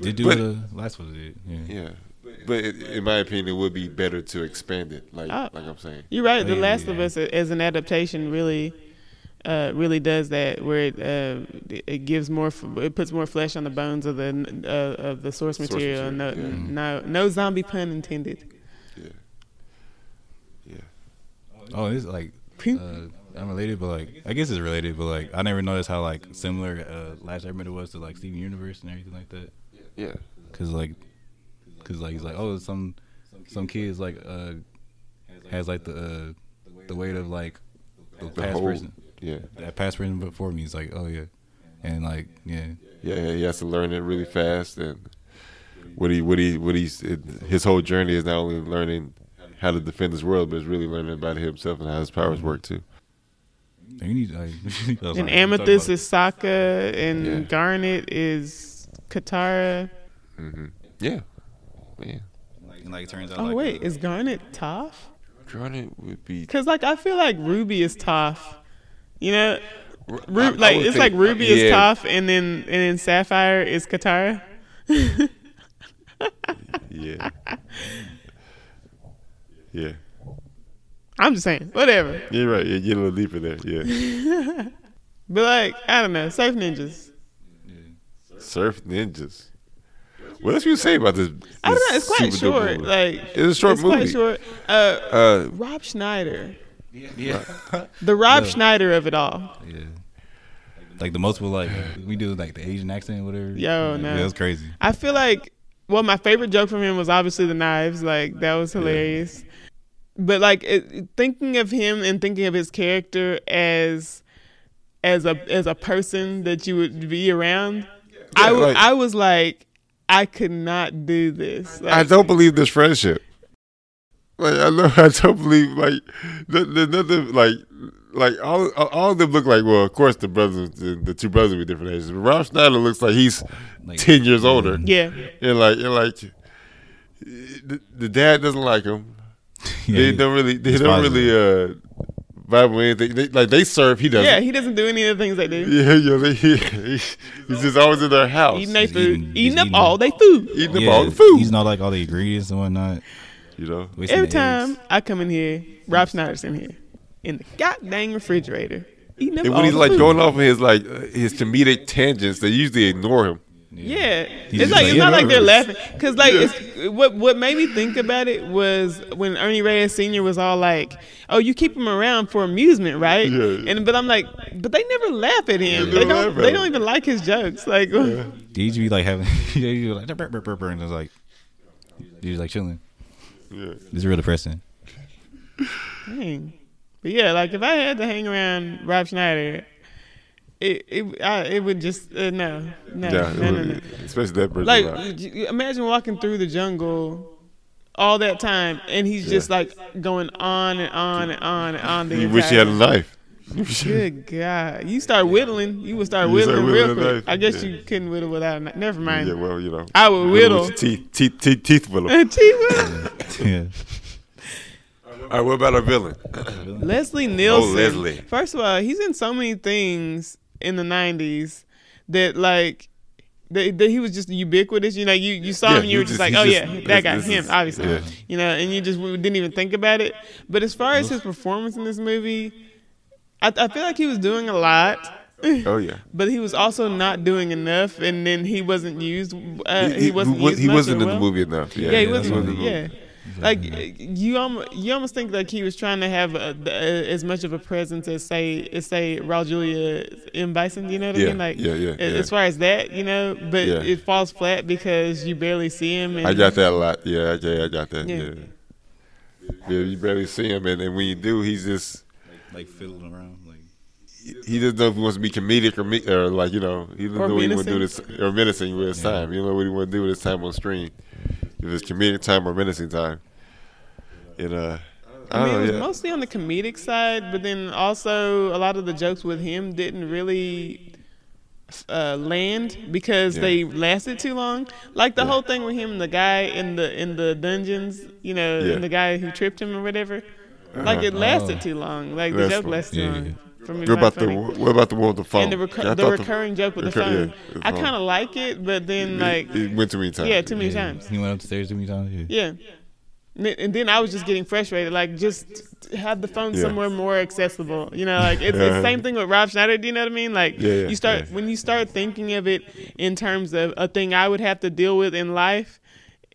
They do
But-
the last one. they did, Yeah.
Yeah, but it, in my opinion, it would be better to expand it, like
Oh.
like I'm saying.
You're right. The
Yeah.
Last of Us uh, as an adaptation really, uh, really does that, where it uh, it gives more, f- it puts more flesh on the bones of the uh, of the source
Source
material.
material, yeah.
No, no, no zombie pun intended.
Oh, it's like uh, unrelated, but like I guess it's related, but like I never noticed how like similar uh, Last Airbender was to like Steven Universe and everything like that.
Yeah,
Cause like, cause like he's like oh some some kids like uh has like the uh, the weight of like the
the
past
whole-
person
Yeah,
that past person before me is like oh yeah, and like yeah
yeah, yeah. He has to learn it really fast, and what he what he what he's it, his whole journey is not only learning how to defend his world, but it's really learning about himself and how his powers work too.
you need like I was
and
like,
Amethyst
talk
is Sokka, and
Yeah.
Garnet is Katara.
hmm Yeah, yeah.
about- and, like it turns out
Oh
like,
wait,
uh,
is Garnet Toph?
Jordan would be
Cause like I feel like Ruby is Toph. You know, Ru-
I- I
like
would
it's like
think-
Ruby
yeah.
is Toph, and then and then Sapphire is Katara.
Yeah, yeah.
I'm just saying, whatever.
You're right. You get a little deeper there. Yeah,
But like, I don't know, surf ninjas.
surf ninjas. What else you say about this?
I don't
this
know. It's quite
super duper
short.
movie?
Like
It's a short movie.
Quite short. Uh,
Uh,
Rob Schneider,
yeah
the Rob Schneider of it all.
yeah like the multiple like we do like the Asian accent or whatever
Yo, no.
yeah, that's crazy
I feel like, well, my favorite joke from him was obviously the knives. Like that was hilarious. But like it, thinking of him and thinking of his character as as a as a person that you would be around, I
Yeah,
w-
like-
I was like, I could not do this.
I
Like,
don't believe this friendship. Like I know, I don't believe like th- th- nothing like like all all of them look like well, of course the brothers, the, the two brothers with different ages. But Ralph Schneider looks like he's
Like-
ten years older.
Yeah.
and like and like the, the dad doesn't like him.
Yeah,
they don't really they
he's
don't
positive.
really uh vibe with anything. They, like they serve, he doesn't.
Yeah, he doesn't do any of the things they do.
Yeah, yeah, they, he, he's just always in their house.
Eating their
He's
food,
eating-
eating,
he's
up
eating.
all they food.
eating up
Yeah,
all the food.
He's not like all the ingredients and whatnot.
you know,
wasting
Every
the
time
eggs.
I come in here, Rob Schneider's in here in the goddamn refrigerator. Eating up
and
all
when he's
the
like
food.
going off of his like uh, his comedic tangents, they usually ignore him.
Yeah,
just
it's like
like,
it's
yeah,
not like they're
nervous.
laughing because like it's, what what made me think about it was when Ernie Reyes Senior was all like, "Oh, you keep him around for amusement, right?"
Yeah.
And but I'm like, but they never laugh at him.
they
they
don't
don't.
laugh at
they
him.
don't even like his jokes. Like,
They used to be like having. they used to be like, "Burp, burp, burp, burp," and it's like, he was like chilling.
Yeah.
It's real depressing.
dang. But yeah, like if I had to hang around Rob Schneider, it it I, it would just uh, no no
Yeah,
no no. no.
especially that person.
Like,
right?
j- imagine walking through the jungle all that time, and he's just like going on and on and on and on. The
you wish he had
entire-
a knife.
Good God! You start whittling, you would start
You start
whittling, real
whittling
quick.
knife,
I guess
yeah.
you couldn't whittle without. A knife. Never mind.
Yeah, well, you know,
I would whittle.
with your teeth, teeth, teeth, teeth whittle. All
She whittle.
yeah.
right, what about our villain?
Leslie Nielsen.
Oh, Leslie.
First of all, he's in so many things in the '90s that like. That, that he was just ubiquitous, you know. You, you saw
Yeah,
him, and
you
you were just
just-
like,
he
oh
just-
yeah, that guy,
this
him,
is-
obviously,
yeah.
you know. And you just we didn't even think about it. But as far as his
Mm-hmm.
performance in this movie, I, I feel like he was doing a lot.
Oh yeah,
but he was also not doing enough, and then he wasn't used. Uh, he, wasn't.
wa-
used
he
much or
wasn't in
well.
the movie enough. Yeah,
Yeah, he
Yeah,
wasn't.
that's
in the-
movie.
yeah, like you almost you almost think like he was trying to have a, a, as much of a presence as say as say Raul Julia M Bison. You know what
Yeah,
I mean? Like
yeah, yeah,
a-
yeah.
As far as that, you know, but
Yeah.
it falls flat because you barely see him. And
I got that a lot. Yeah, okay, I got that.
Yeah.
Yeah. yeah, you barely see him, and, and when you do, he's just
Like fiddling around. Like
he doesn't know if he wants to be comedic or me, or like you know he doesn't
Or
know what he want to do this
menacing.
or menacing with his time. You know what he want to do with his time on screen, if it's comedic time or menacing time. And uh, I,
I
don't
mean, it was
know. Yeah.
mostly on the comedic side, but then also a lot of the jokes with him didn't really uh, land because
Yeah.
they lasted too long. Like the whole thing with him and the guy in the in the dungeons, you know,
Yeah.
and the guy who tripped him or whatever. Like it
Uh-huh.
lasted
Oh.
too long. Like the
That's
joke
what-
lasted
yeah,
too long.
yeah.
For me, to find
what about the
funny.
what about the one with the phone?
and the,
I
recur-
thought
the recurring joke with the
recur- yeah, uh-huh.
phone?
the
I
phone.
kind of like it, but then like
it, it went too many times.
yeah, too many
yeah.
times.
He went up the stairs too many times. Yeah.
Yeah. And then- And then I was just getting frustrated. Like, just have the phone
Yeah.
somewhere more accessible. You know, like it's, it's
Yeah.
the same thing with Rob Schneider. Do you know what I mean? Like,
Yeah, yeah,
you start
yeah.
when you start thinking of it in terms of a thing I would have to deal with in life.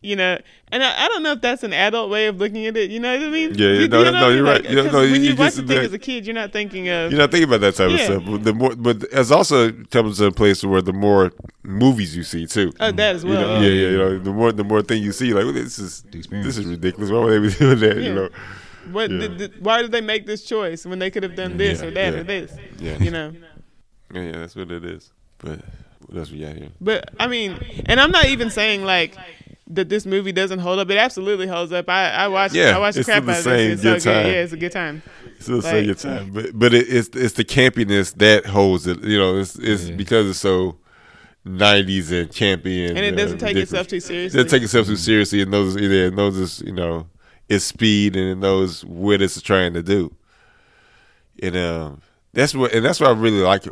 You know, and I, I don't know if that's an adult way of looking at it. You know what I mean?
Yeah, yeah,
You- you
no,
know
no,
what I mean?
you're right.
Like,
You know,
'cause
no, you-
when
you
you watch
just-
the thing
that-
as a kid, you're not thinking of.
You're not thinking about that type
Yeah.
of stuff. But the more, but it's also comes to a place where the more movies you see too.
Oh, that as
You know,
well.
yeah, yeah, you know, the more the more thing you see, like this is
experience.
this is ridiculous. Why would they be doing that?
Yeah.
You know,
What?
yeah. Mm-hmm.
Did, did- why did they make this choice when they could have done this
Yeah,
or that
yeah.
or this?
Yeah.
You know.
yeah, yeah, that's what it is. But what else we got here?
But I mean, and I'm not even saying like that this movie doesn't hold up. It absolutely holds up. I I watched
Yeah,
I watched the
it's
crap
still the
out of this. It's so
same good
good.
time.
Yeah, it's a good time.
Still
Like-
say your time, but but it, it's it's the campiness that holds it. You know, it's it's
Yeah.
because it's so. 90s and campy and,
And it
uh,
doesn't take
ridiculous.
itself too
It
seriously.
doesn't take itself too seriously. It knows either it knows its you know its speed and it knows what it's trying to do. And um, that's what and that's what I really like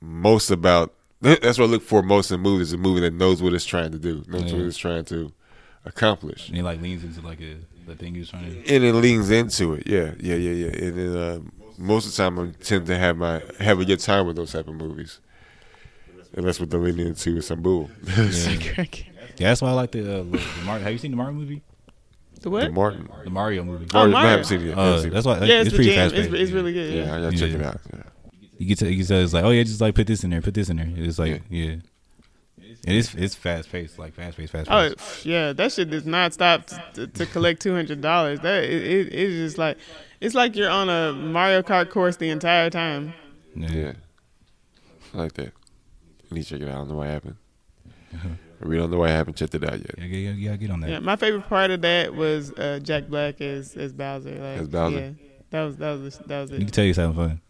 most about. That's what I look for most in movies: a movie that knows what it's trying to do, knows
Yeah.
what it's trying to accomplish,
And he like leans into like a the thing he was trying to.
and it leans into it. Yeah, yeah, yeah, yeah. And then, um, most of the time, I tend to have my have a good time with those type of movies. And that's what they're leaning into with Sambu.
Yeah. yeah, that's why I like the, uh, the Mario. Have you seen the Mario movie?
the what?
Martin.
The Mario movie.
Oh,
I
Mario.
haven't seen it yet. I haven't
Uh,
seen it.
that's why
yeah,
it's,
it's, the
pretty
jam.
fast.
It's, it's really good.
Yeah,
Yeah.
I gotta check
Yeah.
it out. Yeah.
You get to you tell it's like, oh yeah, just like put this in there, put this in there. It's like yeah, and it's it's fast paced, like fast paced, fast
Oh
paced.
it- yeah, that shit does not stop t- t- to collect two hundred dollars. That it, it, it's just like it's like you're on a Mario Kart course the entire time.
yeah.
Yeah. I like that. You need to check it out. I don't know what happened. We don't know why I haven't checked it out yet.
Yeah, yeah, yeah, get on that.
Yeah, my favorite part of that was uh, Jack Black as as Bowser. Like,
As Bowser?
Yeah, that was that was that was
You can
it.
tell he's having fun.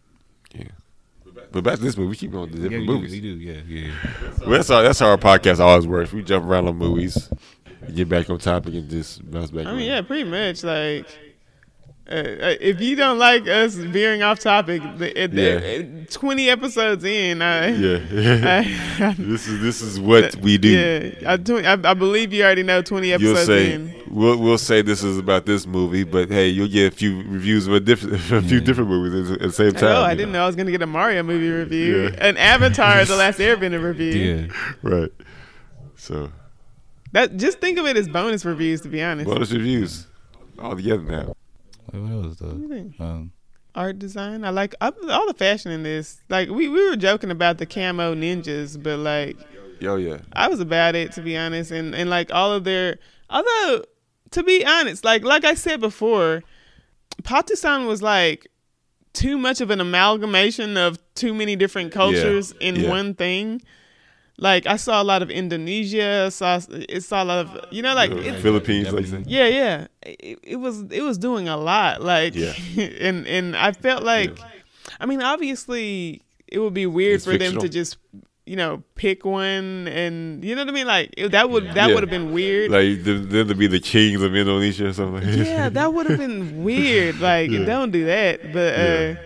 But back to this movie, we keep going to different movies.
do. Yeah, yeah.
Well, that's how that's how our podcast always works. We jump around on movies, get back on topic, and just bounce back.
I mean, Oh, yeah,
around.
pretty much like. Uh, uh, if you don't like us veering off topic, the, at the,
Yeah.
uh, twenty episodes in, I,
yeah.
I,
this is this is what we do.
Yeah, I, tw- I, I believe you already know twenty
You'll
episodes in.
say we'll we'll say this is about this movie, but hey, you'll get a few reviews of a, diff- a few different movies at the same
I
time.
know. Oh, I
you
didn't know I was gonna get a Mario movie review,
Yeah.
an Avatar: The Last Airbender review.
Yeah.
Right. So
That just think of it as bonus reviews, to be honest.
bonus reviews all together now.
Wait, what else? though?
Everything.
Um,
Art design, I like I, all the fashion in this. Like we, we were joking about the camo ninjas, but like
Yo, yeah.
I was about it to be honest, and and like all of their although to be honest, like like I said before, Patusan was like too much of an amalgamation of too many different cultures in
Yeah.
one thing. Like I saw a lot of Indonesia, I saw it saw a lot of you know like
Uh,
it,
Philippines, like
Everything.
yeah yeah it, it was it was doing a lot like
Yeah.
and and I felt like I mean obviously it would be weird
It's
for them
fictional.
to just you know pick one and you know what I mean like it, that would that
Yeah.
would have been weird
like them them to be the kings of Indonesia or something. like
yeah, that would have been weird. Like,
Yeah.
don't do that. But uh,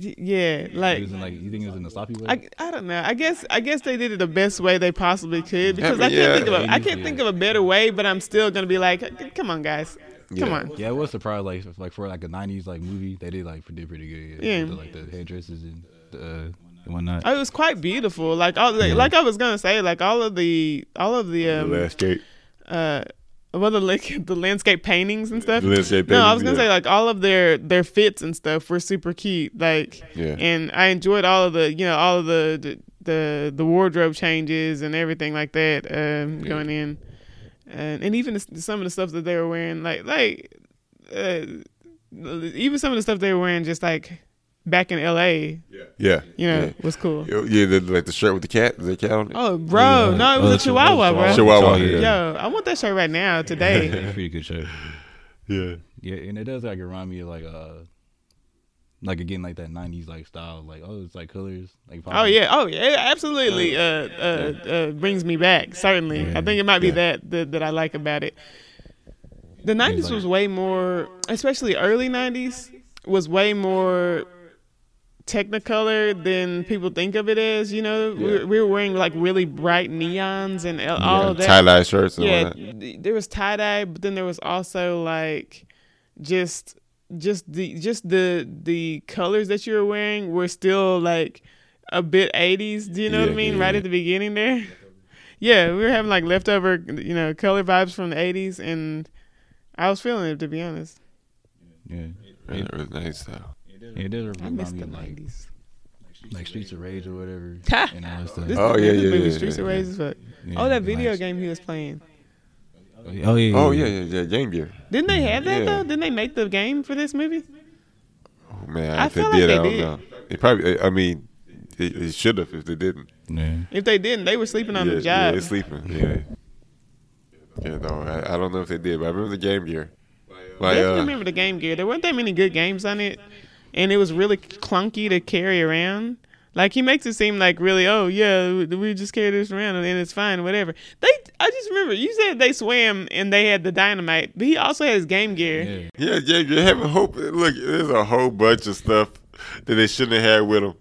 y- yeah,
he
like.
was in, like you think it was in the sloppy way?
I, I don't know. I guess I guess they did it the best way they possibly could because
mean,
I,
yeah.
can't think of a, I can't
Yeah.
think of a better way. But I'm still gonna be like, come on, guys, come
Yeah.
on.
yeah, I was surprised. Like, if, like for like a '90s like movie, they did like did pretty good.
Yeah.
with the, like the hairdressers and the, uh, and whatnot.
Oh, It was quite beautiful. Like all like,
Yeah.
like I was gonna say, like all of the all of the
the
um
landscape.
uh well the like the landscape paintings and stuff.
The landscape
No, I
paintings,
was gonna
yeah.
say like all of their their fits and stuff were super cute. Like,
Yeah.
and I enjoyed all of the you know all of the the the, the wardrobe changes and everything like that um, going in, and, and even the, some of the stuff that they were wearing, like like uh, even some of the stuff they were wearing, just like back in L.A.,
Yeah.
you know,
Yeah.
was cool.
Yo, Yeah, the, like the shirt with the cat. Is that cat on it?
Oh, bro,
Yeah.
no, it was
Oh,
a Chihuahua,
it was
bro.
a
Chihuahua,
Chihuahua,
yeah.
Yo, I want that shirt right now today.
It's a pretty good show.
Yeah.
Yeah, and it does like remind me of like uh, like again like that '90s like style. Like oh, it's like colors. Like
Oh
popping.
yeah, oh yeah, it absolutely. Uh, uh, uh, brings me back. Certainly, I think it might be
Yeah.
that, that that I like about it. The '90s
like-
was way more, especially early '90s, was way more technicolor than people think of it as. You know, we, were- we were wearing like really bright neons and all
yeah.
of that.
Tie dye shirts and
Yeah,
all that.
th- there was tie dye, but then there was also like just just the just the the colors that you were wearing were still like a bit 80s. Do you know what I
Yeah,
mean?
yeah,
right
yeah.
at the beginning there. Yeah, we were having like leftover, you know, color vibes from the 80s, and I was feeling it to be honest.
yeah.
Yeah, it was nice though.
It does
I
remind
miss
me
the
of like
90s.
like Streets of Rage or whatever.
Ha!
and all that stuff.
This,
Oh,
this
yeah,
is
yeah,
movie,
yeah,
Streets
yeah,
of
yeah.
Rage is fuck.
Yeah,
Oh, that
and,
video
like-
game he was playing.
Oh yeah. Oh yeah.
Oh yeah, yeah, yeah. Game Gear.
Didn't they have that
Yeah.
though? Didn't they make the game for this movie?
Oh man,
I
if they
feel like
did,
they
I don't
did.
know. It probably. I mean, it, it should have if they didn't.
yeah.
If they didn't, they were sleeping on
yeah,
the job.
yeah, it's sleeping. Yeah. Yeah, no, I, I don't know if they did, but I remember the Game Gear. Like,
I definitely
uh,
remember the Game Gear. There weren't that many good games on it, and it was really clunky to carry around. Like he makes it seem like really, oh yeah, we just carry this around and it's fine, whatever. They, I just remember you said they swam and they had the dynamite, but he also has Game Gear.
Yeah.
yeah, Game Gear. Have a hope. Look, there's a whole bunch of stuff that they shouldn't have had with them.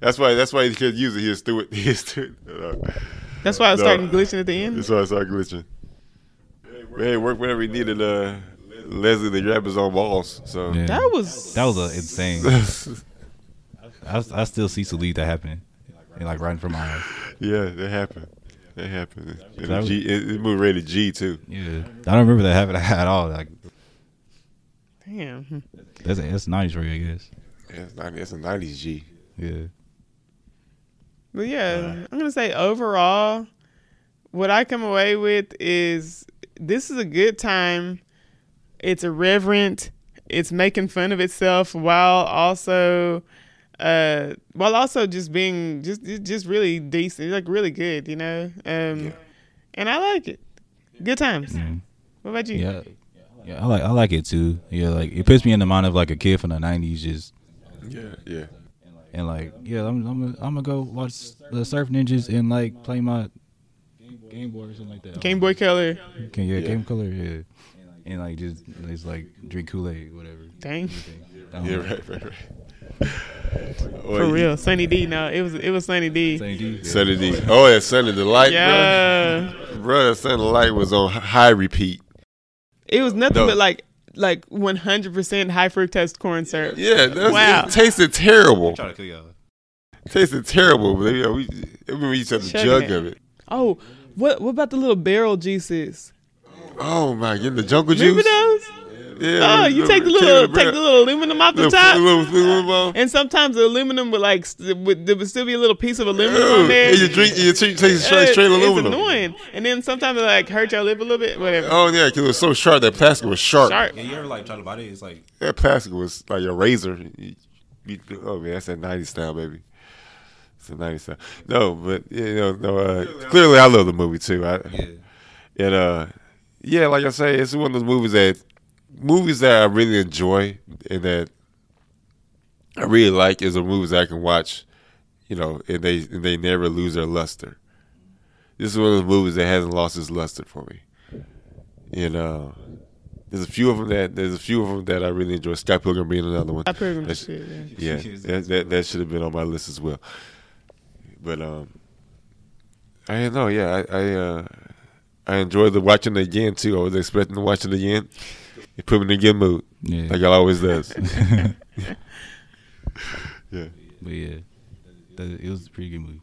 That's why. That's why he could use it. He just threw it. He just threw it. No.
That's why I was
No.
starting glitching at the end.
That's why I started glitching. Hey, work whenever he needed. Uh, Leslie the grab his own balls. So.
Yeah.
That was
That was uh, insane. I, I still see to leave that happening, and like right in front of my eyes.
Yeah, that happened. That happened. And
That was-
G, it, it moved rated G too.
Yeah, I don't remember that happening at all. Like
damn.
that's that's nice for you, I guess.
That's, not, that's a nineties G.
Yeah,
But yeah, I'm gonna say overall, what I come away with is this is a good time. It's irreverent. It's making fun of itself while also, uh, while also just being just just really decent, like really good. You know, um,
Yeah.
and I like it. Good times. What about you?
Yeah. Yeah, I like I like it too. Yeah, like it puts me in the mind of like a kid from the '90s, just
Yeah, yeah.
and like yeah, I'm I'm gonna, I'm gonna go watch the Surf Ninjas and like play my Game Boy or something like that.
Game Boy Color.
Game, yeah,
Yeah.
Game Color, yeah, and like just it's like drink Kool Aid, whatever.
Dang.
That
Yeah,
one.
right, right, right.
For real. Sunny D. No, it was it was Sunny D.
Same dude.
Sunny D. Oh, yeah, Sunny Delight,
Yeah.
bro. Bro, that Sunny Delight was on high repeat.
It was nothing
No.
but like like 100% high fructose corn syrup.
Yeah, that's,
Wow.
it tasted terrible.
Trying to kill y'all.
tasted terrible, but yeah, we, I mean, we used to have the
Sugar.
jug of it.
Oh, what what about the little barrel juices?
Oh, my, get the jungle
Remember
juice.
those?
Yeah,
Oh, you take the little take the little aluminum off the
little,
top.
little, little ball.
And sometimes the aluminum would like st- would, there would still be a little piece of aluminum
Ew.
on there.
And you drink, you take straight, straight, straight
it's, It's
aluminum.
annoying. And then sometimes it like hurt your lip a little bit. Whatever.
Oh yeah, 'cause it was so sharp. That plastic was sharp.
Sharp.
you ever like try to buy it? It's like
That plastic was like a razor. You- you- oh man, that's that '90s style, baby. It's a '90s style. No, but you know, no. Uh, clearly, I love the movie too. I, And uh, yeah, like I say, it's one of those movies that movies that I really enjoy and that I really like is the movies I can watch, you know, and they and they never lose their luster. This is one of those movies that hasn't lost its luster for me. And uh, there's a few of them that there's a few of them that I really enjoy. Sky Pilgrim being another one.
I program
That's-
shit. Yeah.
yeah, that, that that should have been on my list as well. But um, I don't know. Yeah, I I, uh, I enjoyed the watching it again too. I was expecting to watch it again. It put me in a good mood,
yeah,
like it always does. yeah,
but yeah, that, it was a pretty good movie.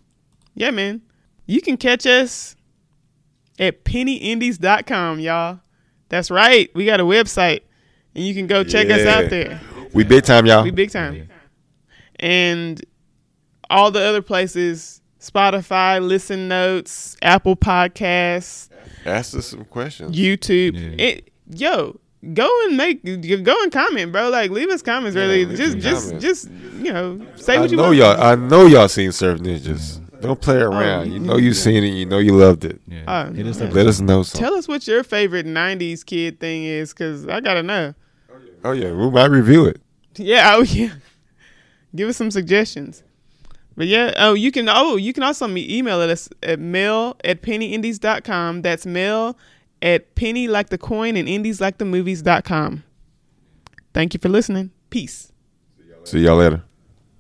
Yeah, man. You can catch us at pennyindies.com, y'all. That's right. We got a website, and you can go check us
Yeah.
out there.
we big time, y'all.
We big
Yeah.
time. And all the other places Spotify, Listen Notes, Apple Podcasts,
Ask us some questions.
YouTube.
Yeah.
It, yo, go and make go and comment, bro. Like leave us comments really.
leave
just
some
just
comments.
just you know, say
I
what you
know
want.
y'all. I know y'all seen Surf Ninjas. Don't play around. you know you seen it. You know you loved it.
Yeah,
Oh,
Hit us
yeah.
up.
Let us know something.
Tell us what your favorite '90s kid thing is, cause I gotta know.
Oh yeah, we might review it.
Yeah, oh yeah. Give us some suggestions. But yeah, oh you can oh you can also me- email us at mail at pennyindies.com. That's mail at penny like the coin and indies like the movies.com. Thank you for listening. Peace.
See y'all later.